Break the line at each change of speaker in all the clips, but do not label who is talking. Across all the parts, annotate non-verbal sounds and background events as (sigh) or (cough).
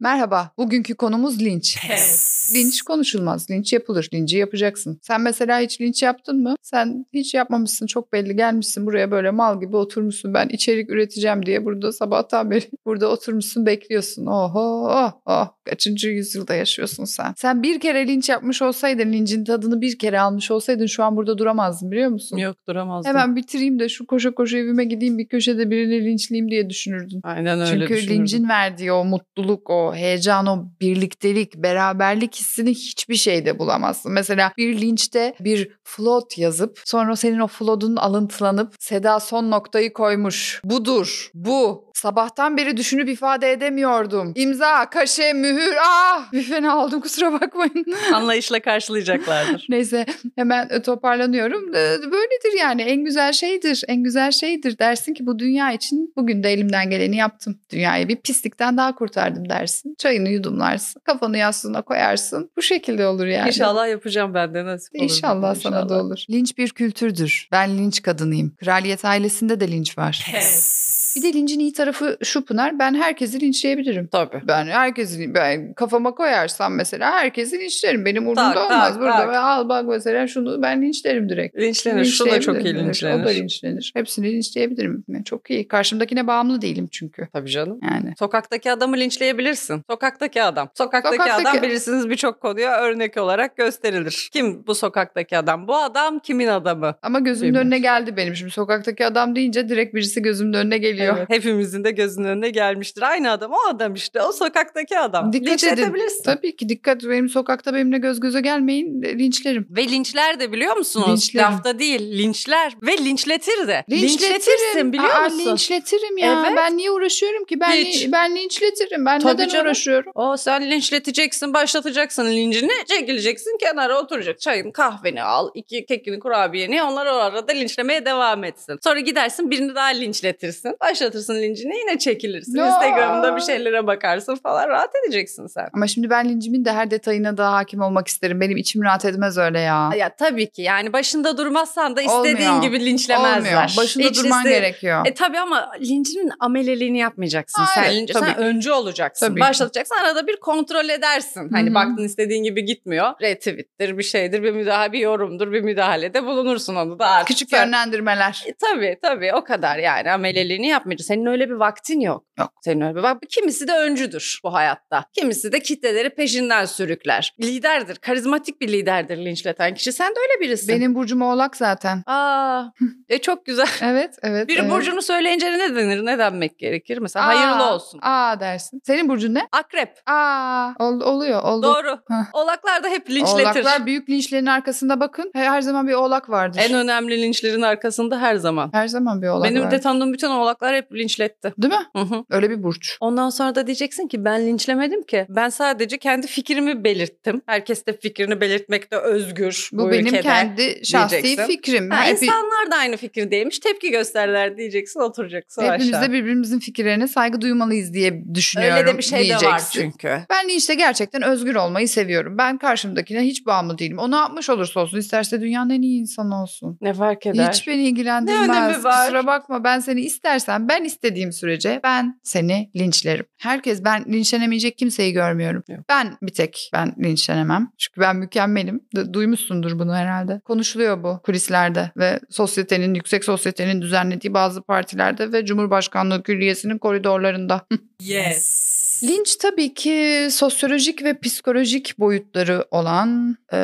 Merhaba, bugünkü konumuz linç.
Pes.
Linç konuşulmaz, linç yapılır, linci yapacaksın. Sen mesela hiç linç yaptın mı? Sen hiç yapmamışsın, çok belli gelmişsin buraya böyle mal gibi oturmuşsun. Ben içerik üreteceğim diye burada sabahtan beri (laughs) burada oturmuşsun bekliyorsun. Oho, oh, oh. Kaçıncı yüzyılda yaşıyorsun sen? Sen bir kere linç yapmış olsaydın, lincin tadını bir kere almış olsaydın şu an burada duramazdın biliyor musun?
Yok duramazdım.
Hemen bitireyim de şu koşa koşa evime gideyim bir köşede birini linçleyeyim diye düşünürdün.
Aynen öyle
Çünkü
düşünürdüm.
lincin verdiği o mutluluk, o heyecan, o birliktelik, beraberlik hissini hiçbir şeyde bulamazsın. Mesela bir linçte bir float yazıp sonra senin o float'un alıntılanıp Seda son noktayı koymuş. Budur, bu. Sabahtan beri düşünüp ifade edemiyordum. İmza, kaşe, mühür. Ah! Bir fena oldum kusura bakmayın.
(laughs) Anlayışla karşılayacaklardır.
Neyse hemen e, toparlanıyorum. E, Böyledir yani en güzel şeydir. En güzel şeydir dersin ki bu dünya için bugün de elimden geleni yaptım. Dünyayı bir pislikten daha kurtardım dersin. Çayını yudumlarsın. Kafanı yastığına koyarsın. Bu şekilde olur (laughs) yani.
İnşallah yapacağım ben de nasip olur.
İnşallah
bir gün
sana da
inşallah.
olur. Linç bir kültürdür. Ben linç kadınıyım. Kraliyet ailesinde de linç var.
Pes.
Bir de lincin iyi tarafı şu Pınar. Ben herkesi linçleyebilirim.
Tabii.
Ben herkesi ben kafama koyarsam mesela herkesi linçlerim. Benim umurumda
Tak, tak,
olmaz. Burada
tak.
ve al bak mesela şunu ben linçlerim direkt.
Linçlenir. Şu da çok iyi
Linçleyebilirim. O da
linçlenir.
linçlenir. Hepsini linçleyebilirim. Çok iyi. Karşımdakine bağımlı değilim çünkü.
Tabii canım.
Yani.
Sokaktaki adamı linçleyebilirsin. Sokaktaki adam. Sokaktaki,
Sokaktaki-
adam bilirsiniz birçok konuya örnek olarak gösterilir. Kim bu sokaktaki adam? Bu adam kimin adamı?
Ama gözümün
Bilmiyorum.
önüne geldi benim. Şimdi sokaktaki adam deyince direkt birisi gözümün önüne geliyor.
Evet, Hepimizin de gözünün önüne gelmiştir. Aynı adam o adam işte. O sokaktaki adam.
Dikkat
Linçletebilirsin.
Tabii ki dikkat benim sokakta benimle göz göze gelmeyin e, linçlerim.
Ve linçler de biliyor musunuz?
Linçler.
Lafta değil linçler ve linçletir de.
Linçletirim.
Linçletirsin biliyor
Aa,
musun?
linçletirim ya.
Evet.
Ben niye uğraşıyorum ki? Ben
Hiç.
ben linçletirim. Ben
Tabii
neden
canım.
uğraşıyorum?
O sen linçleteceksin, başlatacaksın lincini, çekileceksin kenara oturacak. Çayın, kahveni al, iki kekini, kurabiyeni. Onlar o arada linçlemeye devam etsin. Sonra gidersin birini daha linçletirsin. Başlatırsın lincini yine çekilirsin.
No.
Instagram'da bir şeylere bakarsın falan rahat edeceksin sen.
Ama şimdi ben lincimin de her detayına daha hakim olmak isterim. Benim içim rahat etmez öyle ya.
Ya tabii ki yani başında durmazsan da istediğin
Olmuyor.
gibi linçlemezler.
Olmuyor. Başında
Hiç
durman
iste-
gerekiyor.
E tabii ama lincinin ameleliğini yapmayacaksın.
Hayır,
sen linci,
tabii
sen
ki.
öncü olacaksın.
Tabii ki.
Başlatacaksın arada bir kontrol edersin. Hani
Hı hı.
baktın istediğin gibi gitmiyor. Retweet'tir bir şeydir bir müdahale bir yorumdur bir müdahalede bulunursun onu da artık.
Küçük
sen-
yönlendirmeler.
E, tabii tabii o kadar yani ameleliğini yapmayacaksın. Senin öyle bir vaktin yok.
Yok.
Senin öyle bir bak kimisi de öncüdür bu hayatta. Kimisi de kitleleri peşinden sürükler. Liderdir. Karizmatik bir liderdir linçleten kişi. Sen de öyle birisin.
Benim burcum oğlak zaten.
Aa, e çok güzel.
Evet, evet.
Biri
evet.
burcunu söyleyince ne denir? Ne denmek gerekir? Mesela
Aa,
hayırlı olsun.
Aa dersin. Senin burcun ne?
Akrep.
Aa ol- oluyor, oldu.
Doğru.
Hah.
Oğlaklar da hep linçletir.
Oğlaklar büyük linçlerin arkasında bakın. Her- Her zaman bir oğlak vardır.
En önemli linçlerin arkasında her zaman.
Her zaman bir oğlak
Benim
var.
de tanıdığım bütün oğlaklar hep linçletti.
Değil mi?
Hı hı.
Öyle bir burç.
Ondan sonra da diyeceksin ki ben linçlemedim ki. Ben sadece kendi fikrimi belirttim. Herkes de fikrini belirtmekte özgür
Bu,
bu,
benim
ülkede.
kendi şahsi
diyeceksin.
fikrim. Hani
Ha,
Hepi-
insanlar da aynı fikirdeymiş. Tepki gösterler diyeceksin oturacaksın
hepimiz
aşağı.
de birbirimizin fikirlerine saygı duymalıyız diye düşünüyorum.
Öyle de bir şey de var
diyeceksin.
çünkü.
Ben de işte gerçekten özgür olmayı seviyorum. Ben karşımdakine hiç bağımlı değilim. O ne yapmış olursa olsun isterse dünyanın en iyi insanı olsun.
Ne fark eder?
Hiç beni ilgilendirmez.
Ne önemi var?
Kusura bakma ben seni istersen ben istediğim sürece ben seni linçlerim. Herkes ben linçlenemeyecek kimseyi görmüyorum.
Yok.
Ben bir tek ben linçlenemem. Çünkü ben mükemmelim. Du- Duymuşsundur bunu herhalde. Konuşuluyor bu kulislerde ve sosyetenin yüksek sosyetenin düzenlediği bazı partilerde ve Cumhurbaşkanlığı Külliyesi'nin koridorlarında.
Yes.
Linç tabii ki sosyolojik ve psikolojik boyutları olan e,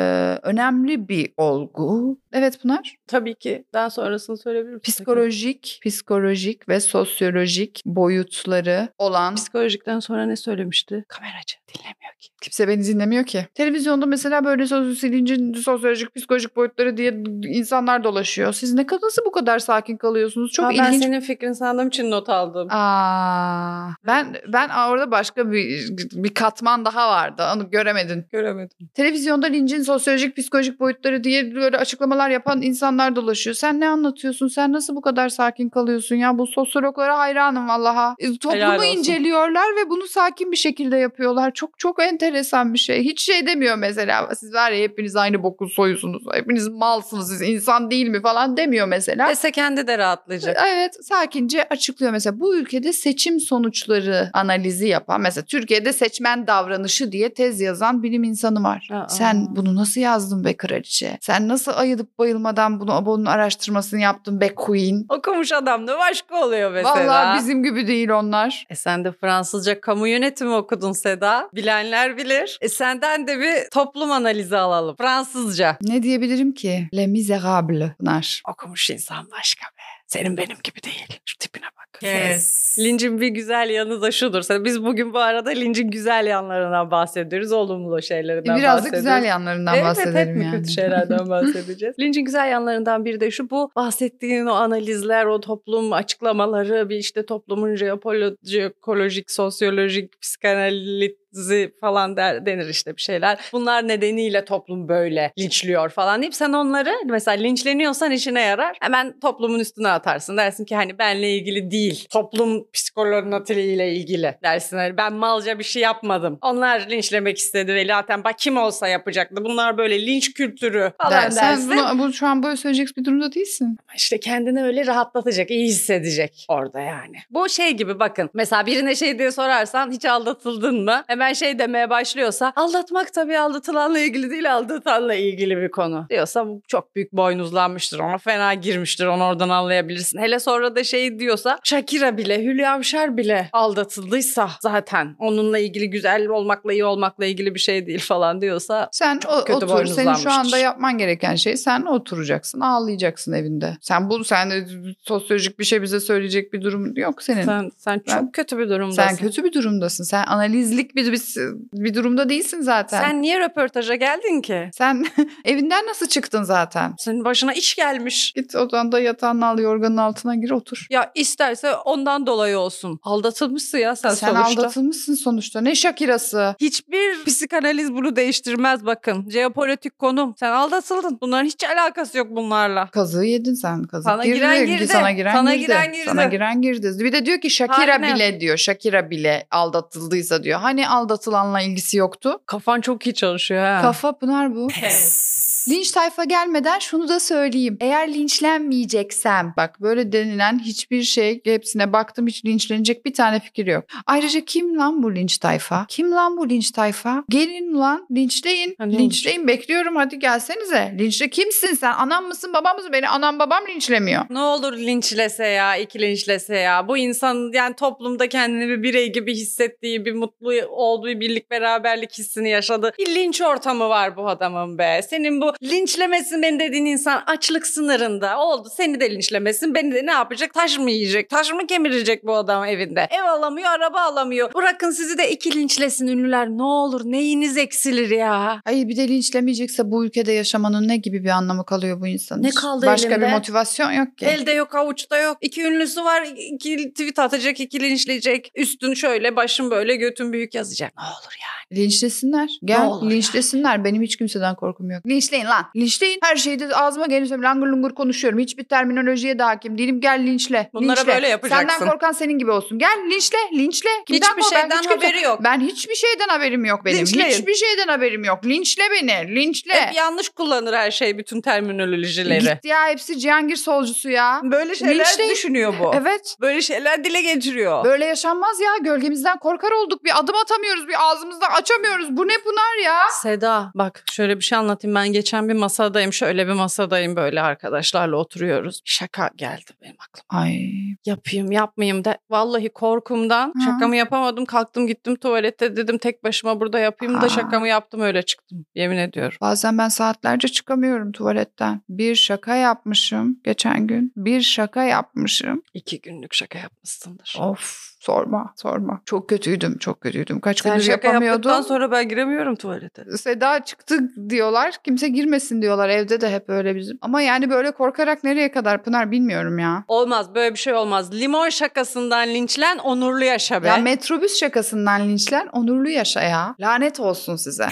önemli bir olgu. Evet Pınar.
Tabii ki. Daha sonrasını söyleyebilir misin?
Psikolojik, psikolojik ve sosyolojik boyutları olan
Psikolojikten sonra ne söylemişti? Kameracı dinlemiyor ki.
kimse beni dinlemiyor ki. Televizyonda mesela böyle sözü lincin sosyolojik, psikolojik boyutları diye insanlar dolaşıyor. Siz ne kadar nasıl bu kadar sakin kalıyorsunuz? Çok
Çok ben
ilginç.
senin fikrini sandığım için not aldım.
Aa, ben ben orada başka bir bir katman daha vardı. Onu göremedin.
Göremedim.
Televizyonda lincin sosyolojik psikolojik boyutları diye böyle açıklamalar yapan insanlar dolaşıyor. Sen ne anlatıyorsun? Sen nasıl bu kadar sakin kalıyorsun ya? Bu sosyologlara hayranım vallaha. E, Toplumu
Helal olsun.
inceliyorlar ve bunu sakin bir şekilde yapıyorlar. Çok çok en enteresan bir şey. Hiç şey demiyor mesela. Siz var ya hepiniz aynı boku soyusunuz. Hepiniz malsınız siz insan değil mi falan demiyor mesela.
Dese kendi de rahatlayacak. (laughs)
Evet sakince açıklıyor mesela bu ülkede seçim sonuçları analizi yapan mesela Türkiye'de seçmen davranışı diye tez yazan bilim insanı var.
Aa.
Sen bunu nasıl yazdın be kraliçe? Sen nasıl ayılıp bayılmadan bunu bunun araştırmasını yaptın be queen?
Okumuş adam da başka oluyor mesela.
Vallahi bizim gibi değil onlar.
E sen de Fransızca kamu yönetimi okudun Seda. Bilenler bilir. E senden de bir toplum analizi alalım. Fransızca.
Ne diyebilirim ki? Le miserable. Pınar.
Okumuş insan başka be. Senin benim gibi değil. Şu tipine bak.
Kes.
Lincin bir güzel yanı da şudur. Sen- Biz bugün bu arada lincin güzel yanlarından bahsediyoruz. Olumlu şeylerinden
Biraz da
bahsediyoruz.
güzel yanlarından
Evet, hep
bahsedelim
mi
yani.
kötü şeylerden bahsedeceğiz. Lynch'in güzel yanlarından biri de şu bu bahsettiğin o analizler, o toplum açıklamaları, bir işte toplumun jeopolo- jeokolojik, sosyolojik, psikanalizi falan der, denir işte bir şeyler. Bunlar nedeniyle toplum böyle linçliyor falan deyip sen onları mesela linçleniyorsan işine yarar. Hemen toplumun üstüne atarsın. Dersin ki hani benle ilgili değil. Toplum psikolojisiyle ilgili. Dersin hani ben malca bir şey yapmadım. Onlar linçlemek istedi ve zaten bak kim olsa yapacaktı. Bunlar böyle linç kültürü falan
Der-
dersin.
(laughs) Sen bunu, bu, şu an böyle söyleyecek bir durumda değilsin.
İşte kendini öyle rahatlatacak, iyi hissedecek orada yani. Bu şey gibi bakın. Mesela birine şey diye sorarsan hiç aldatıldın mı? Hemen şey demeye başlıyorsa aldatmak tabii aldatılanla ilgili değil aldatanla ilgili bir konu. Diyorsa bu çok büyük boynuzlanmıştır. Ona fena girmiştir. Onu oradan anlayabilirsin. Hele sonra da şey diyorsa Shakira bile, Hülya Avşar bile aldatıldıysa zaten onunla ilgili güzel olmakla iyi olmakla ilgili bir şey değil falan diyorsa
Sen o,
kötü
otur. Senin şu anda
boynuzlanmıştır.
yapman gereken şey sen oturacaksın, ağlayacaksın evinde. Sen bu sen de sosyolojik bir şey bize söyleyecek bir durum yok senin. Sen,
sen, sen çok
Ben-
kötü bir durumdasın.
kötü bir durumdasın. Sen analizlik bir bir, bir durumda değilsin zaten. Sen,
Sen niye röportaja geldin ki?
(laughs) evinden nasıl çıktın zaten?
Senin başına iş gelmiş.
Git odanda yatağını al, yorganın altına gir, otur.
Ya isterse ondan dolayı olsun. Aldatılmışsın ya sen,
Sen
sonuçta.
aldatılmışsın sonuçta. Ne Şakirası?
Hiçbir psikanaliz bunu değiştirmez bakın. Jeopolitik konum. Sen aldatıldın. Bunların hiç alakası yok bunlarla.
Kazığı yedin sen. Kazık
Sana
girdi.
giren girdi.
Sana giren
Sana
girdi.
giren girdi.
Sana giren girdi. Bir de diyor ki Shakira
Aynen.
bile diyor. Shakira bile aldatıldıysa diyor. Hani aldatılanla ilgisi yoktu?
Kafan çok iyi çalışıyor ha.
Kafa Pınar bu.
Pes.
Linç tayfa gelmeden şunu da söyleyeyim. Eğer linçlenmeyeceksem bak böyle denilen hiçbir şey hepsine baktım hiç linçlenecek bir tane fikir yok. Ayrıca kim lan bu linç tayfa? Kim lan bu linç tayfa? Gelin lan linçleyin.
Ha, ne
linçleyin bekliyorum hadi gelsenize. Linçle kimsin sen? Anam mısın babam mısın? Beni anam babam linçlemiyor.
Ne olur linçlese ya, iki linçlese ya. Bu insan yani toplumda kendini bir birey gibi hissettiği, bir mutlu olduğu, birlik beraberlik hissini yaşadığı bir linç ortamı var bu adamın be. Senin bu linçlemesin beni dediğin insan açlık sınırında oldu. Seni de linçlemesin. Beni de ne yapacak? Taş mı yiyecek? Taş mı kemirecek bu adam evinde? Ev alamıyor, araba alamıyor. Bırakın sizi de iki linçlesin ünlüler. Ne olur neyiniz eksilir ya.
Ay bir de linçlemeyecekse bu ülkede yaşamanın ne gibi bir anlamı kalıyor bu insanın?
Ne
için?
kaldı
Başka
elinde?
bir motivasyon yok ki.
Elde yok avuçta yok. İki ünlüsü var. iki tweet atacak, iki linçleyecek. Üstün şöyle, başın böyle, götün büyük yazacak. Ne olur ya.
Linçlesinler. Gel
olur
linçlesinler. Benim hiç kimseden korkum yok. Linçleyin lan. Linçleyin. Her şeyde ağzıma geliyorsa langır lungur konuşuyorum. Hiçbir terminolojiye de hakim değilim. Gel linçle.
Bunlara
linçle.
böyle yapacaksın.
Senden korkan senin gibi olsun. Gel linçle. Linçle. Kimden
Hiçbir
kork- ben
şeyden
hiç kimse-
haberi yok.
Ben hiçbir şeyden haberim yok benim.
Linçleyin.
Hiçbir şeyden haberim yok. Linçle beni. Linçle.
Hep yanlış kullanır her şey bütün terminolojileri.
Git ya hepsi Cihangir solcusu ya.
Böyle şeyler
Linçleyin.
düşünüyor bu.
Evet.
Böyle şeyler dile getiriyor.
Böyle yaşanmaz ya. Gölgemizden korkar olduk. Bir adım atamıyoruz. Bir ağzımızdan açamıyoruz. Bu ne Pınar ya?
Seda bak şöyle bir şey anlatayım ben geçen bir masadayım şöyle bir masadayım böyle arkadaşlarla oturuyoruz. Şaka geldi benim aklıma.
Ay.
Yapayım yapmayayım da vallahi korkumdan
Hı.
şakamı yapamadım kalktım gittim tuvalette dedim tek başıma burada yapayım da
Aa.
şakamı yaptım öyle çıktım yemin ediyorum.
Bazen ben saatlerce çıkamıyorum tuvaletten. Bir şaka yapmışım geçen gün. Bir şaka yapmışım.
İki günlük şaka yapmışsındır.
Of sorma sorma. Çok kötüydüm çok kötüydüm. Kaç
Sen
gündür
şaka
yapamıyordum.
yaptıktan sonra ben giremiyorum tuvalete.
Seda çıktı diyorlar. Kimse girmesin diyorlar. Evde de hep öyle bizim. Ama yani böyle korkarak nereye kadar Pınar bilmiyorum ya.
Olmaz böyle bir şey olmaz. Limon şakasından linçlen onurlu yaşa be. (laughs)
Ya metrobüs şakasından linçlen onurlu yaşa ya. Lanet olsun size.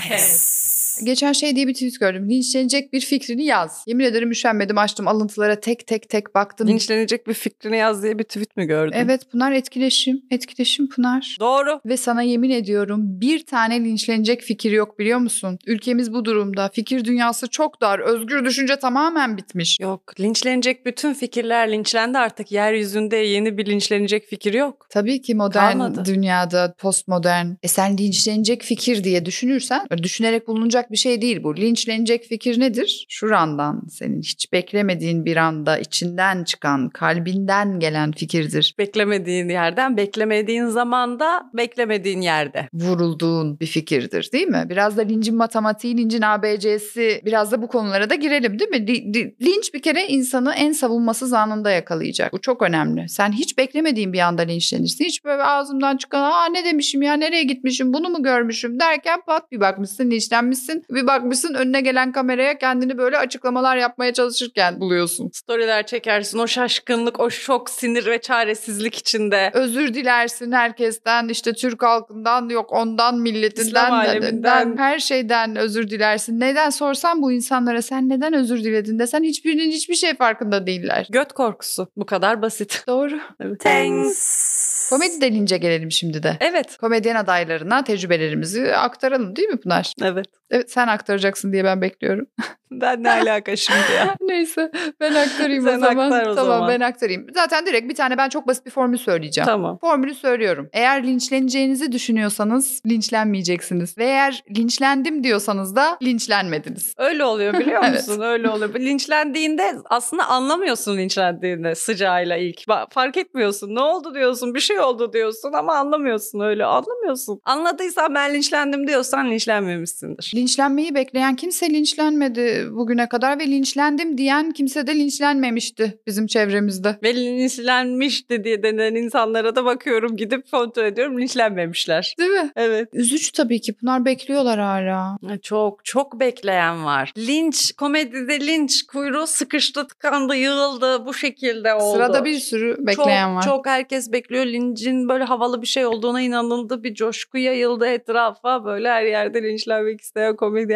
Geçen şey diye bir tweet gördüm. Linçlenecek bir fikrini yaz. Yemin ederim üşenmedim açtım alıntılara tek tek tek baktım.
Linçlenecek bir fikrini yaz diye bir tweet mi gördün?
Evet Pınar etkileşim. Etkileşim Pınar.
Doğru.
Ve sana yemin ediyorum bir tane linçlenecek fikir yok biliyor musun? Ülkemiz bu durumda. Fikir dünyası çok dar. Özgür düşünce tamamen bitmiş.
Yok linçlenecek bütün fikirler linçlendi artık. Yeryüzünde yeni bir linçlenecek fikir yok.
Tabii ki modern
Kalmadı.
dünyada postmodern. E sen linçlenecek fikir diye düşünürsen düşünerek bulunacak bir şey değil bu. Linçlenecek fikir nedir? Şurandan senin hiç beklemediğin bir anda içinden çıkan, kalbinden gelen fikirdir.
Beklemediğin yerden, beklemediğin zamanda, beklemediğin yerde.
vurulduğun bir fikirdir değil mi? Biraz da lincin matematiği, lincin ABC'si biraz da bu konulara da girelim değil mi? Li- li- Linç bir kere insanı en savunmasız anında yakalayacak. Bu çok önemli. Sen hiç beklemediğin bir anda linçlenirsin. Hiç böyle ağzımdan çıkan aa ne demişim ya nereye gitmişim bunu mu görmüşüm derken pat bir bakmışsın linçlenmişsin. Bir bakmışsın önüne gelen kameraya kendini böyle açıklamalar yapmaya çalışırken buluyorsun.
Storyler çekersin o şaşkınlık, o şok, sinir ve çaresizlik içinde.
özür dilersin herkesten işte Türk halkından yok ondan milletinden
İslam aleminden.
den- her şeyden özür dilersin. Neden sorsan bu insanlara sen neden özür diledin desen hiçbirinin hiçbir şey farkında değiller.
Göt korkusu. Bu kadar basit.
Doğru.
Thanks.
Komedi delince gelelim şimdi de.
Evet.
Komedyen adaylarına tecrübelerimizi aktaralım değil mi Pınar?
Evet.
Evet sen aktaracaksın diye ben bekliyorum.
Ben ne alaka şimdi ya?
(laughs) Neyse ben aktarayım
Sen
o zaman.
aktar o
tamam
zaman.
ben aktarayım. Zaten direkt bir tane ben çok basit bir formül söyleyeceğim.
tamam.
Formülü söylüyorum. Eğer linçleneceğinizi düşünüyorsanız linçlenmeyeceksiniz. Ve eğer linçlendim diyorsanız da linçlenmediniz.
Öyle oluyor biliyor
(laughs) Evet.
musun? Öyle oluyor. Linçlendiğinde aslında anlamıyorsun linçlendiğinde sıcağıyla ilk. Ba- Fark etmiyorsun. Ne oldu diyorsun. Bir şey oldu diyorsun ama anlamıyorsun öyle. Anlamıyorsun. Anladıysan ben linçlendim diyorsan linçlenmemişsindir.
Linçlenmeyi bekleyen kimse linçlenmedi bugüne kadar ve linçlendim diyen kimse de linçlenmemişti bizim çevremizde.
Ve linçlenmişti diye denen insanlara da bakıyorum gidip kontrol ediyorum linçlenmemişler.
Değil mi?
Evet.
Üzücü tabii ki. Bunlar bekliyorlar hala.
Çok çok bekleyen var. Linç komedide linç kuyruğu sıkıştı tıkandı yığıldı bu şekilde oldu.
Sırada bir sürü bekleyen
çok,
var.
Çok herkes bekliyor. Linç'in böyle havalı bir şey olduğuna inanıldı. Bir coşku yayıldı etrafa. Böyle her yerde linçlenmek isteyen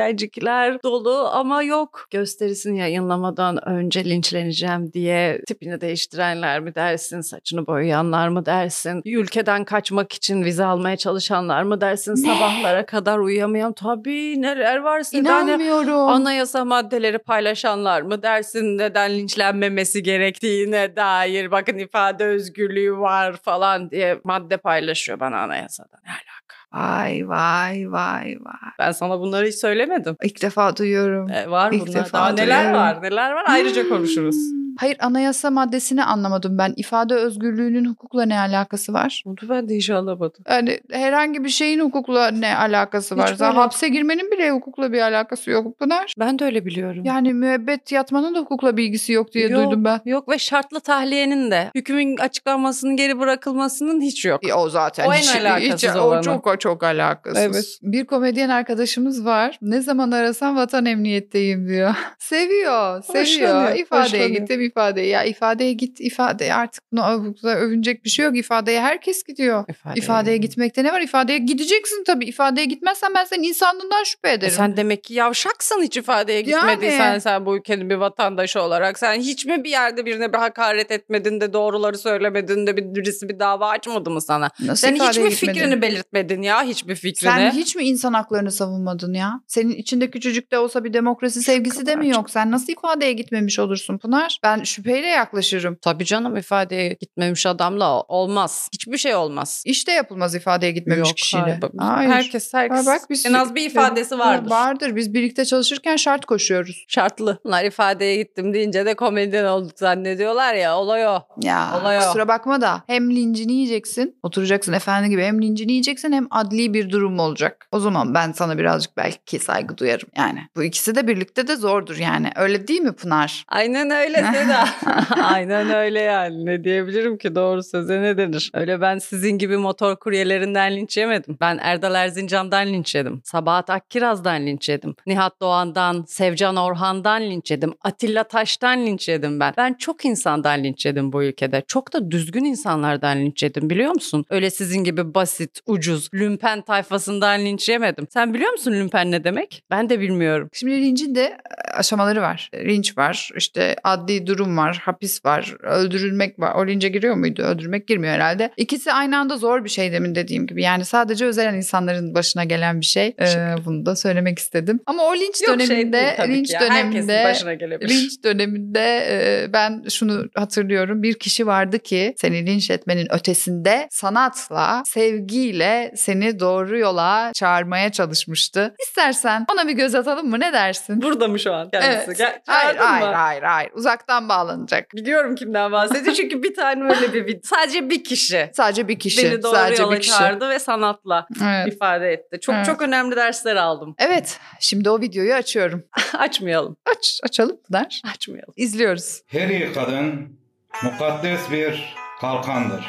komedyencikler dolu ama yok. Gösterisini yayınlamadan önce linçleneceğim diye tipini değiştirenler mi dersin? Saçını boyayanlar mı dersin? Ülkeden kaçmak için vize almaya çalışanlar mı dersin? Sabahlara kadar uyuyamayan tabii neler varsa. Yani
İnanmıyorum.
Anayasa maddeleri paylaşanlar mı dersin neden linçlenmemesi gerektiğine dair bakın ifade özgürlüğü var falan diye madde paylaşıyor bana anayasada. Ne alaka?
Vay vay vay vay.
Ben sana bunları hiç söylemedim.
İlk defa duyuyorum.
E, var
İlk
bunlar.
defa
Daha neler
duyuyorum.
var neler var ayrıca konuşuruz.
(gasps) Hmm. Hayır anayasa maddesini anlamadım ben. İfade özgürlüğünün hukukla ne alakası var?
Bunu ben de hiç anlamadım.
Yani herhangi bir şeyin hukukla ne alakası
Hiç
var? Zaten
böyle-
hapse girmenin bile hukukla bir alakası yok Pınar.
Ben de öyle biliyorum.
Yani müebbet yatmanın da hukukla bir ilgisi yok diye
Yok.
duydum ben.
Yok ve şartlı tahliyenin de hükmün açıklanmasının geri bırakılmasının hiç yok.
Ya E, O zaten
O en
hiç,
alakasız
hiç- o
olanı.
çok o çok alakasız.
Evet.
Bir komedyen arkadaşımız var. Ne zaman arasam vatan emniyetteyim diyor. (laughs) seviyor, seviyor.
Hoşlanıyor,
ifadeye
hoşlanıyor.
gittim ifadeye. Ya ifadeye git ifadeye artık buna hukukla övünecek bir şey yok. İfadeye herkes gidiyor.
İfade
İfadeye gitmekte ne var? İfadeye gideceksin tabii. İfadeye gitmezsen ben senin insanlığından şüphe
E
ederim.
Sen demek ki yavşaksın hiç ifadeye gitmediysen
Yani.
sen bu ülkenin bir vatandaşı olarak. Sen hiç mi bir yerde birine bir hakaret etmedin de doğruları söylemedin de bir, birisi bir dava açmadı mı sana?
Nasıl
Sen hiç
ifadeye
mi
gitmedin?
fikrini belirtmedin ya hiçbir fikrini?
Sen hiç mi insan haklarını savunmadın ya? Senin içinde küçücük de olsa bir demokrasi sevgisi de mi
kadarcık.
yok? Sen nasıl ifadeye gitmemiş olursun Pınar? Ben şüpheyle yaklaşırım.
Tabii canım ifadeye gitmemiş adamla olmaz. Hiçbir şey olmaz.
İşte yapılmaz ifadeye gitmemiş
Yok,
kişiyle.
hayır.
Hayır.
Herkes herkes.
Ha, bak biz-
en az bir şey ifadesi vardır.
Vardır. Biz birlikte çalışırken şart koşuyoruz.
Şartlı. Bunlar ifadeye gittim deyince de komedyen olduk zannediyorlar ya olay o.
Ya
Olay o.
kusura bakma da hem lincini yiyeceksin, oturacaksın efendi gibi hem lincini yiyeceksin hem adli bir durum olacak. O zaman ben sana birazcık belki saygı duyarım yani. Bu ikisi de birlikte de zordur yani. Öyle değil mi Pınar?
Aynen öyle Eda. (laughs) Aynen öyle yani. Ne diyebilirim ki doğru söze ne denir? Öyle ben sizin gibi motor kuryelerinden linç yemedim. Ben Erdal Erzincan'dan linç yedim. Sabahat Akkiraz'dan linç yedim. Nihat Doğan'dan, Sevcan Orhan'dan linç yedim. Atilla Taş'tan linç yedim ben. Ben çok insandan linç yedim bu ülkede. Çok da düzgün insanlardan linç yedim biliyor musun? Öyle sizin gibi basit, ucuz, lümpen tayfasından linç yemedim. Sen biliyor musun lümpen ne demek? Ben de bilmiyorum.
Şimdi lincin de e, aşamaları var. Linç var, işte adli durum var, hapis var, öldürülmek var. O lince giriyor muydu? Öldürmek girmiyor herhalde. İkisi aynı anda zor bir şey demin dediğim gibi. Yani sadece özel insanların başına gelen bir şey. Ee,
Teşekkür.
bunu da söylemek istedim. Ama o linç
Yok şey
döneminde,
değil tabii
linç
ki ya. Herkesin
döneminde
başına gelebilir.
Linç döneminde e, ben şunu hatırlıyorum. Bir kişi vardı ki seni linç etmenin ötesinde sanatla, sevgiyle seni doğru yola çağırmaya çalışmıştı. İstersen ona bir göz atalım mı? Ne dersin?
(laughs) Burada mı şu an kendisi?
Evet.
Gel,
Hayır,
çağırdın mı?
hayır, hayır, hayır. Uzaktan bağlanacak.
Biliyorum
(laughs)
kimden bahsediyor çünkü bir tane öyle bir video. Sadece bir kişi.
Sadece bir kişi.
Beni doğru
sadece
yola
bir kişi.
çağırdı ve sanatla
Evet.
ifade etti. Çok
Evet.
çok önemli dersler aldım. (laughs)
Evet, şimdi o videoyu açıyorum.
Açmayalım.
Aç, açalım Pınar.
Açmayalım.
İzliyoruz.
Her iyi kadın mukaddes bir kalkandır.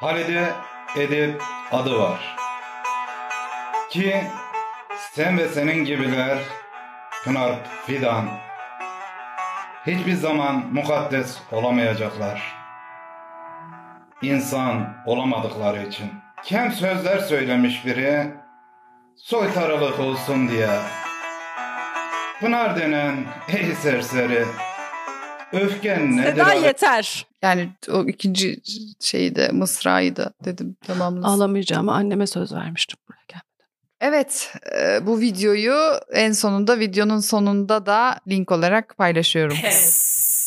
Halide Edip adı var. Ki sen ve senin gibiler Pınar Fidan hiçbir zaman mukaddes olamayacaklar. İnsan olamadıkları için. Kem sözler söylemiş biri soytarılık olsun diye. Pınar denen ey serseri öfken nedir?
Seda
alev-
yeter.
Yani o ikinci şeyi de, mısrayı da dedim tamamlasın.
Ağlamayacağım. Anneme söz vermiştim buraya gel.
Evet, e, bu videoyu en sonunda videonun sonunda da link olarak paylaşıyorum.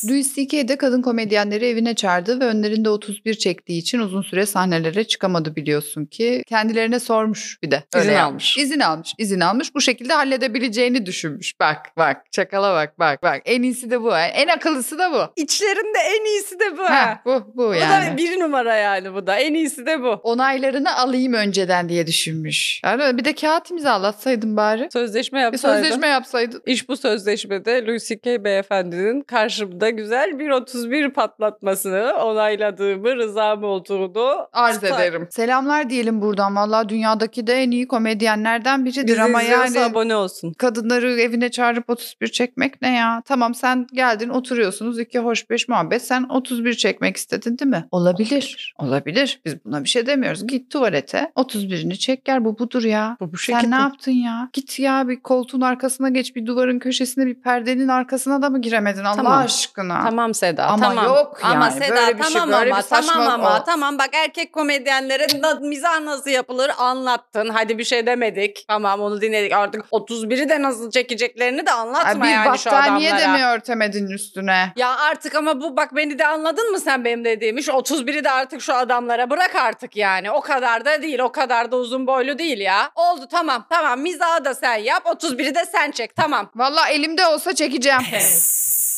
Louis C.K. de kadın komedyenleri evine çağırdı ve önlerinde 31 çektiği için uzun süre sahnelere çıkamadı biliyorsun ki. Kendilerine sormuş bir de.
İzin
yapmış.
almış.
İzin almış. izin almış. Bu şekilde halledebileceğini düşünmüş. Bak bak çakala bak bak bak. En iyisi de bu. En akıllısı da bu.
İçlerinde en iyisi de bu.
Ha,
ha.
bu bu
Bu
yani.
da bir numara yani bu da. En iyisi de bu.
Onaylarını alayım önceden diye düşünmüş. Yani bir de kağıt imzalatsaydım bari.
Sözleşme
Bir
yapsaydı.
sözleşme yapsaydın.
İş bu sözleşmede Louis C.K. beyefendinin karşımda güzel bir 31 patlatmasını onayladığımı rızam olduğunu
Arz
Süper.
ederim. Selamlar diyelim buradan. Vallahi dünyadaki de en iyi komedyenlerden biridir
Bizi
ama
izliyorsa
yani
abone olsun.
kadınları evine çağırıp 31 çekmek ne ya? Tamam sen geldin oturuyorsunuz iki hoş beş muhabbet. Sen 31 çekmek istedin değil mi? Olabilir. Olabilir. Biz buna bir şey demiyoruz. Git tuvalete 31'ini çek gel bu budur ya.
Bu, bu
Sen ne yaptın ya? Git ya bir koltuğun arkasına geç, bir duvarın köşesine, bir perdenin arkasına da mı giremedin Allah
Tamam.
aşkına?
Tamam Seda
Ama
tamam.
yok
Ama
yani,
Seda
böyle bir şey,
tamam
böyle
ama
bir saçma-
tamam ama
o-
tamam bak erkek komedyenlerin na- mizah nasıl yapılır anlattın. Hadi bir şey demedik. Tamam onu dinledik artık 31'i de nasıl çekeceklerini de anlatma
Ay, bir
yani şu
battaniye
adamlara.
de mi örtemedin üstüne?
Ya artık ama bu bak beni de anladın mı sen benim dediğimi? Şu 31'i de artık şu adamlara bırak artık yani. O kadar da değil o kadar da uzun boylu değil ya. Oldu tamam tamam mizahı da sen yap 31'i de sen çek tamam.
Vallahi elimde olsa çekeceğim.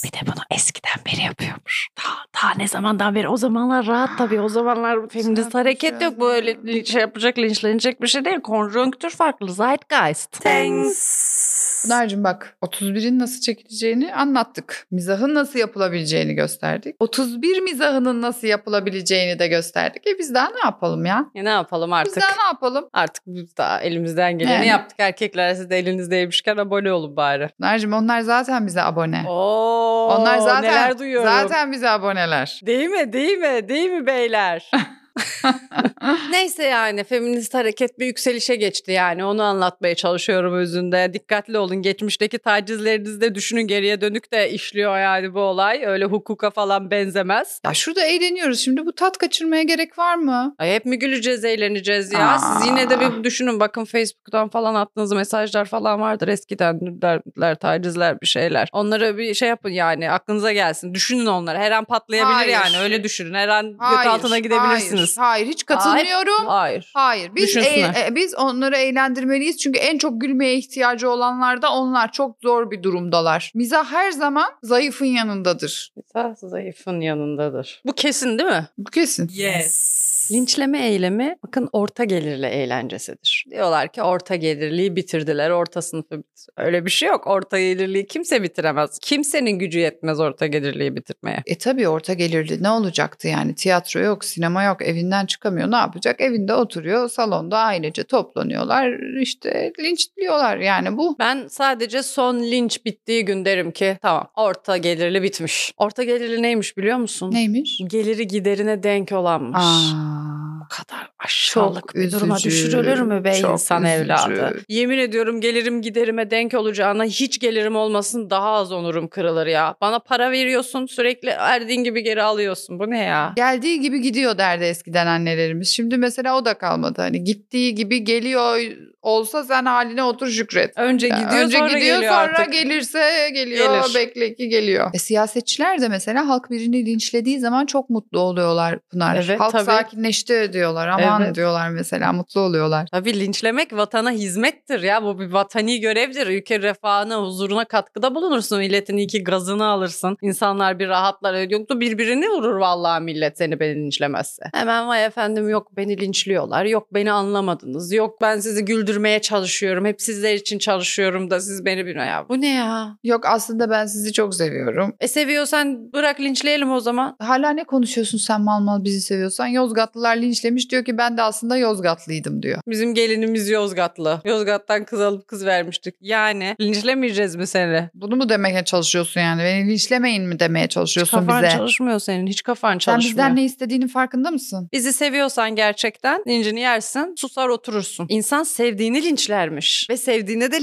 Bir de bunu eskiden beri yapıyormuş. Daha, daha ne zamandan beri? O zamanlar rahat tabii. O (gasps) zamanlar feminist
Sen
hareket yok.
konuşuyorsun.
Böyle li- şey yapacak, linçlenecek bir şey değil. Konjonktür farklı. Zeitgeist. Thanks.
Pınar'cığım bak 31'in nasıl çekileceğini anlattık. Mizahın nasıl yapılabileceğini gösterdik. 31 mizahının nasıl yapılabileceğini de gösterdik. E biz daha ne yapalım ya?
ne yapalım
Biz
artık?
daha ne yapalım?
Artık biz daha elimizden geleni
Yani.
yaptık. Erkekler siz de elinizdeymişken abone olun bari.
Pınar'cığım onlar zaten bize abone.
(laughs) Oo,
onlar zaten
neler duyuyorum.
zaten bize aboneler.
Değil mi? Değil mi? Değil mi beyler? (laughs) Neyse yani feminist hareket bir yükselişe geçti yani onu anlatmaya çalışıyorum özünde. Dikkatli olun geçmişteki tacizlerinizi de düşünün geriye dönük de işliyor yani bu olay. Öyle hukuka falan benzemez.
Ya şurada eğleniyoruz. Şimdi bu tat kaçırmaya gerek var mı?
Ay hep mi güleceğiz eğleneceğiz ya?
Aa.
Siz yine de bir düşünün bakın Facebook'tan falan attığınız mesajlar falan vardır. Eskiden dertler, tacizler bir şeyler. Onlara bir şey yapın yani aklınıza gelsin. Düşünün onları her an patlayabilir
Hayır.
yani öyle düşünün. Her an
Hayır,
göt altına gidebilirsiniz.
Hayır, hayır hiç katılmıyorum. Hayır.
Hayır.
Biz
Düşünsünler.
eğ- e, biz onları eğlendirmeliyiz çünkü en çok gülmeye ihtiyacı olanlar da onlar çok zor bir durumdalar. Mizah her zaman zayıfın yanındadır.
Mizah zayıfın yanındadır. Bu kesin değil mi?
Bu kesin.
Yes. Linçleme eylemi bakın orta gelirli eğlencesidir. Diyorlar ki orta gelirliği bitirdiler, orta sınıfı bitir- Öyle bir şey yok. Orta gelirliği kimse bitiremez. Kimsenin gücü yetmez orta gelirliği bitirmeye.
E tabii orta gelirli ne olacaktı yani? Tiyatro yok, sinema yok, evinden çıkamıyor. Ne yapacak? Evinde oturuyor, salonda ailece toplanıyorlar. işte linçliyorlar yani bu.
Ben sadece son linç bittiği gün derim ki tamam orta gelirli bitmiş. Orta gelirli neymiş biliyor musun?
Neymiş?
Geliri giderine denk olanmış.
Aa,
Bu kadar aşağılık bir duruma
üzücü,
düşürülür mü be
çok
insan
üzücü.
evladı? Yemin ediyorum gelirim giderime denk olacağına hiç gelirim olmasın daha az onurum kırılır ya. Bana para veriyorsun sürekli erdiğin gibi geri alıyorsun. Bu ne ya?
Geldiği gibi gidiyor derdi eskiden annelerimiz. Şimdi mesela o da kalmadı. Hani gittiği gibi geliyor olsa sen haline otur şükret.
Önce
Ya
E, gidiyor
önce
sonra
gidiyor
geliyor
sonra
artık.
gelirse geliyor
Gelir.
bekle ki geliyor. E, siyasetçiler de mesela halk birini linçlediği zaman çok mutlu oluyorlar Pınar.
Evet,
halk
tabii.
sakinleşti diyorlar aman
Evet.
diyorlar mesela mutlu oluyorlar.
Tabii linçlemek vatana hizmettir ya. Bu bir vatani görevdir. Ülke refahına, huzuruna katkıda bulunursun. Milletin iki gazını alırsın. İnsanlar bir rahatlar. Yoktu birbirini vurur vallahi millet seni beni linçlemezse. Hemen vay efendim yok beni linçliyorlar. Yok beni anlamadınız. Yok ben sizi güldürmeye çalışıyorum. Hep sizler için çalışıyorum da siz beni bilmiyor ya. Bu ne ya?
Yok aslında ben sizi çok seviyorum.
E seviyorsan bırak linçleyelim o zaman.
Hala ne konuşuyorsun sen mal mal bizi seviyorsan Yozgatlılar linçlemiş diyor ki ben de aslında Yozgatlıydım diyor.
Bizim gelinimiz Yozgatlı. Yozgat'tan kız alıp kız vermiştik. Yani linçlemeyeceğiz mi seni?
Bunu mu demeye çalışıyorsun yani beni linçlemeyin mi demeye
Hiç
çalışıyorsun
kafan
bize?
çalışmıyor senin. Hiç kafan
sen
çalışmıyor.
bizden ne istediğinin farkında mısın?
Bizi seviyorsan gerçekten lincini yersin, susar oturursun. İnsan sevdiğini linçlermiş ve sevdiğine de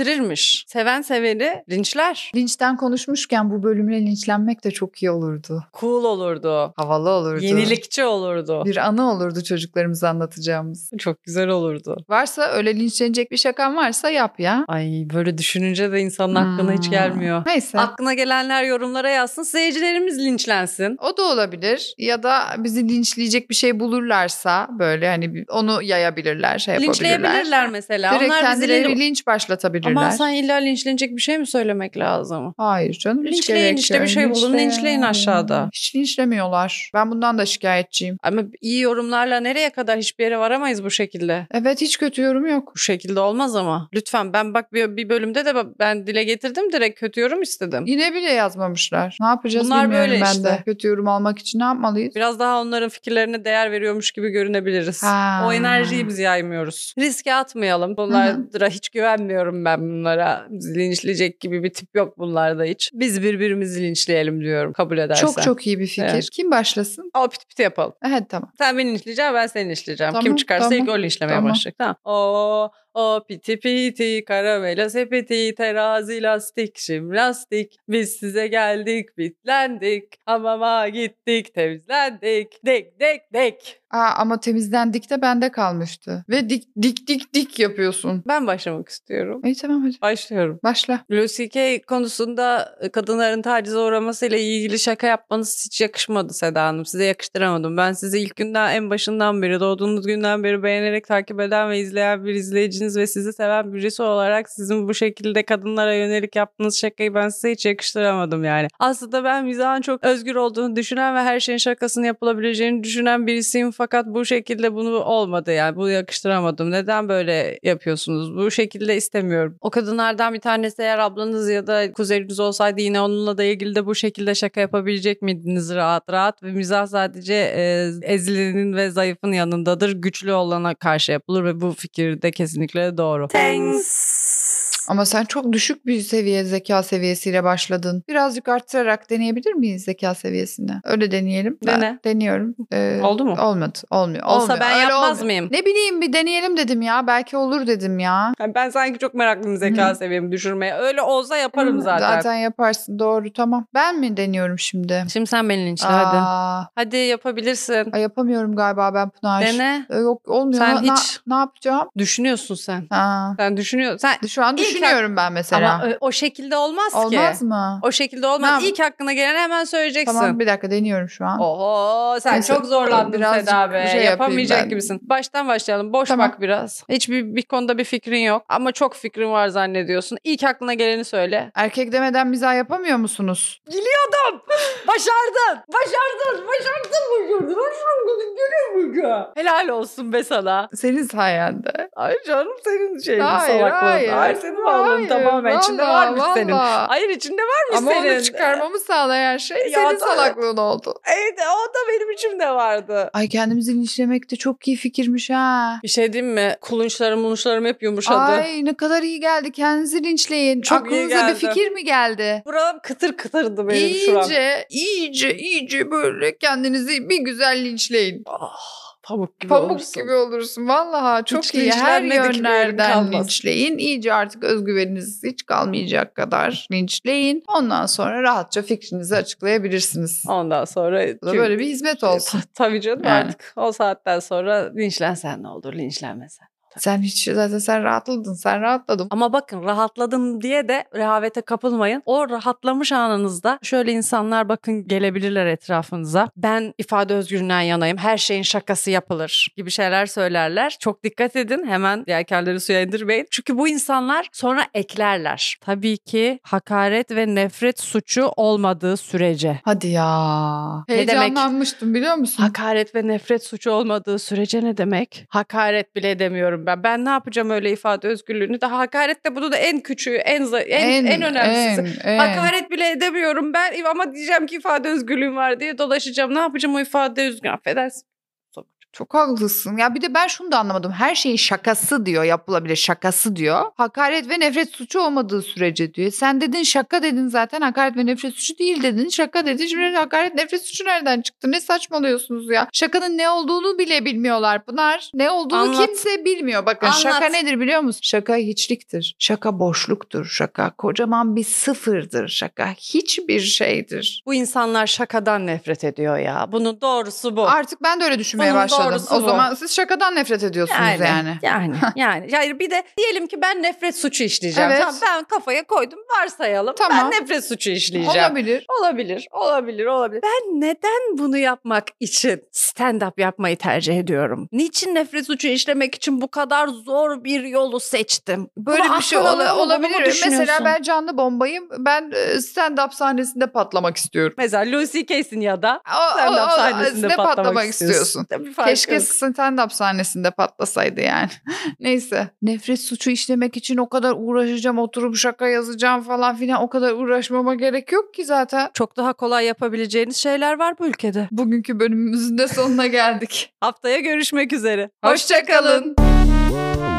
linçlettirirmiş. Seven seveni linçler.
Linçten konuşmuşken bu bölümle linçlenmek de çok iyi olurdu.
Cool olurdu.
Havalı olurdu.
Yenilikçi olurdu.
Bir anı olurdu çocuklarımıza anlatacağımız.
Çok güzel olurdu.
Varsa öyle linçlenecek bir şakan varsa yap ya.
Ay böyle düşününce de insanın aklına hiç
Hmm.
gelmiyor.
Neyse.
Aklına gelenler yorumlara yazsın. Seyircilerimiz linçlensin.
o da olabilir ya da bizi linçleyecek bir şey bulurlarsa böyle hani bir- onu yayabilirler, şey yapabilirler.
Linçleyebilirler mesela.
Direkt
Onlar bizi
kendileri
linç...
linç başlatabilirler.
Ama sen illa linçlenecek bir şey mi söylemek lazım?
Hayır canım hiç
Linçleyin
gerek
işte, bir
yok.
şey bulun,
Linçleyin.
linçleyin aşağıda.
Hiç linçlemiyorlar. Ben bundan da şikayetçiyim.
Ama iyi yorumlarla nereye kadar hiçbir yere varamayız bu şekilde.
Evet hiç kötü yorum yok.
Bu şekilde olmaz ama. Lütfen ben bak bir, bir bölümde de bak- ben dile getirdim direkt kötü yorum istedim.
Yine bile yazmamışlar. Ne yapacağız
Bunlar
bilmiyorum
böyle
ben de.
işte.
Kötü yorum almak için ne yapmalıyız?
Biraz daha onların fikirlerine değer veriyormuş gibi görünebiliriz.
Ha.
O enerjiyi biz yaymıyoruz. Riske atmayalım. Bunlara hiç güvenmiyorum ben bunlara. Bizi linçleyecek gibi bir tip yok bunlarda hiç. Biz birbirimizi linçleyelim diyorum kabul edersen.
Çok çok iyi bir fikir.
Evet.
Kim başlasın?
Al pit pit yapalım.
Evet tamam.
Sen beni linçleyeceksin ben seni linçleyeceğim.
Tamam,
Kim çıkarsa
tamam,
ilk o linçlemeye
tamam.
başlayacak. Tamam. O o piti piti karamela sepeti terazi lastik şim lastik. Biz size geldik bitlendik. Hamama gittik temizlendik. Dek dek dek.
Aa, ama temizlendik de bende kalmıştı. Ve dik dik dik dik yapıyorsun.
Ben başlamak istiyorum.
İyi tamam hadi.
Başlıyorum.
Başla.
Lucy Kay konusunda e, kadınların tacize uğramasıyla ilgili şaka yapmanız hiç yakışmadı Seda Hanım. Size yakıştıramadım. Ben sizi ilk günden en başından beri doğduğunuz günden beri beğenerek takip eden ve izleyen bir izleyiciniz ve sizi seven birisi olarak sizin bu şekilde kadınlara yönelik yaptığınız şakayı ben size hiç yakıştıramadım yani. Aslında ben mizahın çok özgür olduğunu düşünen ve her şeyin şakasını yapılabileceğini düşünen birisiyim fakat bu şekilde bunu olmadı yani. Bunu yakıştıramadım. Neden böyle yapıyorsunuz? Bu şekilde istemiyorum. O kadınlardan bir tanesi eğer ablanız ya da kuzeniniz olsaydı yine onunla da ilgili de bu şekilde şaka yapabilecek miydiniz rahat rahat? Ve mizah sadece e, ezilenin ve zayıfın yanındadır. Güçlü olana karşı yapılır ve bu fikir de kesinlikle doğru.
Ama sen çok düşük bir seviye zeka seviyesiyle başladın. Birazcık arttırarak deneyebilir miyiz zeka seviyesini? Öyle deneyelim. Ben
Dene.
deniyorum. Ee,
Oldu mu?
Olmadı. Olmuyor.
Olsa
olmuyor.
ben
Öyle
yapmaz
olmuyor.
mıyım?
Ne bileyim bir deneyelim dedim ya. Belki olur dedim ya.
Yani Ben sanki çok meraklıyım zeka seviyemi düşürmeye. Öyle olsa yaparım
Hı,
zaten.
Zaten yaparsın doğru tamam. Ben mi deniyorum şimdi?
Şimdi sen beni linçle hadi.
Aa,
Hadi yapabilirsin.
ay yapamıyorum galiba ben Pınar.
Dene.
Ee, Yok olmuyor.
Sen
Na-
hiç-
Ne yapacağım?
Düşünüyorsun sen.
Ha.
Sen düşünüyorsun. Sen
Şu an
İlk
düşünüyorum ben mesela.
Ama e, o şekilde olmaz, ki.
Olmaz mı?
O şekilde olmaz.
Tamam.
İlk aklına geleni hemen söyleyeceksin.
Tamam bir dakika deniyorum şu an.
Oho sen
Neyse,
çok zorlandın
birazcık
Seda be.
şey
Yapamayacak
yapayım ben.
gibisin. Baştan başlayalım. Boş
Tamam.
bak biraz. Hiçbir bir konuda bir fikrin yok ama çok fikrin var zannediyorsun. İlk aklına geleni söyle.
Erkek demeden mizah yapamıyor musunuz?
Başardın! Başardın! Başardın Burcu! Helal olsun be sana.
Senin sayende.
Ay canım senin şeyin
Hayır,
salaklığın.
hayır.
senin varlığın
Hayır,
tamamen içinde
vallahi,
varmış senin.
vallahi.
Hayır içinde varmış
Ama
senin.
onu çıkarmamı sağlayan şey
Ya
senin
da-
salaklığın oldu.
Evet o da benim içimde vardı.
Ay kendimizi linçlemek de çok iyi fikirmiş ha.
Bir şey diyeyim mi? Kulunçlarım mulunçlarım hep yumuşadı.
Ay ne kadar iyi geldi. Kendinizi linçleyin.
Çok iyi
Aklınıza bir
geldi.
fikir mi geldi?
Buram kıtır kıtırdı benim şu an.
İyice, iyice, iyice böyle kendinizi bir güzel linçleyin.
Ah, pamuk gibi
Pamuk
olursun.
gibi olursun. Vallahi çok
Hiç
iyi. Her
linçlenmedik bir yerim
yönlerden
kalmaz.
linçleyin. İyice artık özgüveniniz hiç kalmayacak kadar linçleyin. Ondan sonra rahatça fikrinizi açıklayabilirsiniz.
Ondan sonra
Bu da böyle bir hizmet
şey
olsun.
Ta- (laughs) Tabii canım
Yani.
artık o saatten sonra linçlensen ne olur linçlenmesen.
Sen hiç zaten sen rahatladın. Sen rahatladın.
Ama bakın rahatladım diye de rehavete kapılmayın. O rahatlamış anınızda şöyle insanlar bakın gelebilirler etrafınıza. Ben ifade özgürlüğünden yanayım. Her şeyin şakası yapılır gibi şeyler söylerler. Çok dikkat edin. Hemen yelkenleri suya indirmeyin. Çünkü bu insanlar sonra eklerler. Tabii ki hakaret ve nefret suçu olmadığı sürece.
Hadi ya.
Ne demek?
Heyecanlanmıştım biliyor musun?
Hakaret ve nefret suçu olmadığı sürece ne demek? Hakaret bile edemiyorum ben. Ben ne yapacağım öyle ifade özgürlüğünü? Daha hakaret de bunu da en küçüğü, en za- en, en, önemlisi.
en, en.
Hakaret bile edemiyorum ben ama diyeceğim ki ifade özgürlüğüm var diye dolaşacağım. Ne yapacağım o ifade özgürlüğü? Affedersin.
Çok haklısın. Ya bir de ben şunu da anlamadım. Her şeyin şakası diyor yapılabilir şakası diyor. Hakaret ve nefret suçu olmadığı sürece diyor. Sen dedin şaka dedin zaten hakaret ve nefret suçu değil dedin. Şaka dedin şimdi hakaret nefret suçu nereden çıktı? Ne saçmalıyorsunuz ya? Şakanın ne olduğunu bile bilmiyorlar Pınar. Ne olduğunu
Anlat.
kimse bilmiyor. Bakın
Anlat.
şaka nedir biliyor musun? Şaka hiçliktir. Şaka boşluktur. Şaka kocaman bir sıfırdır. Şaka hiçbir şeydir.
Bu insanlar şakadan nefret ediyor ya. Bunun doğrusu bu.
Artık ben de öyle düşünmeye
Bunun
başladım.
doğrusu
O
bu.
zaman siz şakadan nefret ediyorsunuz yani.
Yani.
(laughs)
yani. Hayır bir de diyelim ki ben nefret suçu işleyeceğim.
Evet.
Tamam, ben kafaya koydum varsayalım.
Tamam.
Ben nefret suçu işleyeceğim.
Olabilir.
Olabilir, olabilir, olabilir. Ben neden bunu yapmak için stand-up yapmayı tercih ediyorum? Niçin nefret suçu işlemek için bu kadar zor bir yolu seçtim?
Böyle
Bunu
bir şey
aklına
ola-
alıyor mu? Bunu mu
olabilir. Mesela
düşünüyorsun?
ben canlı bombayım. Ben e, stand-up sahnesinde patlamak istiyorum.
Mesela Lucy Case'in ya da
O- o-
stand-up
o- e,
sahnesinde
ne
patlamak,
istiyorsun.
istiyorsun. Bir fark
Keşke
yok.
stand-up sahnesinde patlasaydı yani. (laughs) Neyse. Nefret suçu işlemek için o kadar uğraşacağım, oturup şaka yazacağım falan filan o kadar uğraşmama gerek yok ki zaten.
Çok daha kolay yapabileceğiniz şeyler var bu ülkede.
Bugünkü
(laughs)
bölümümüzün de sonuna geldik.
Haftaya görüşmek üzere.
Hoşçakalın.
Hoşçakalın.
Wow.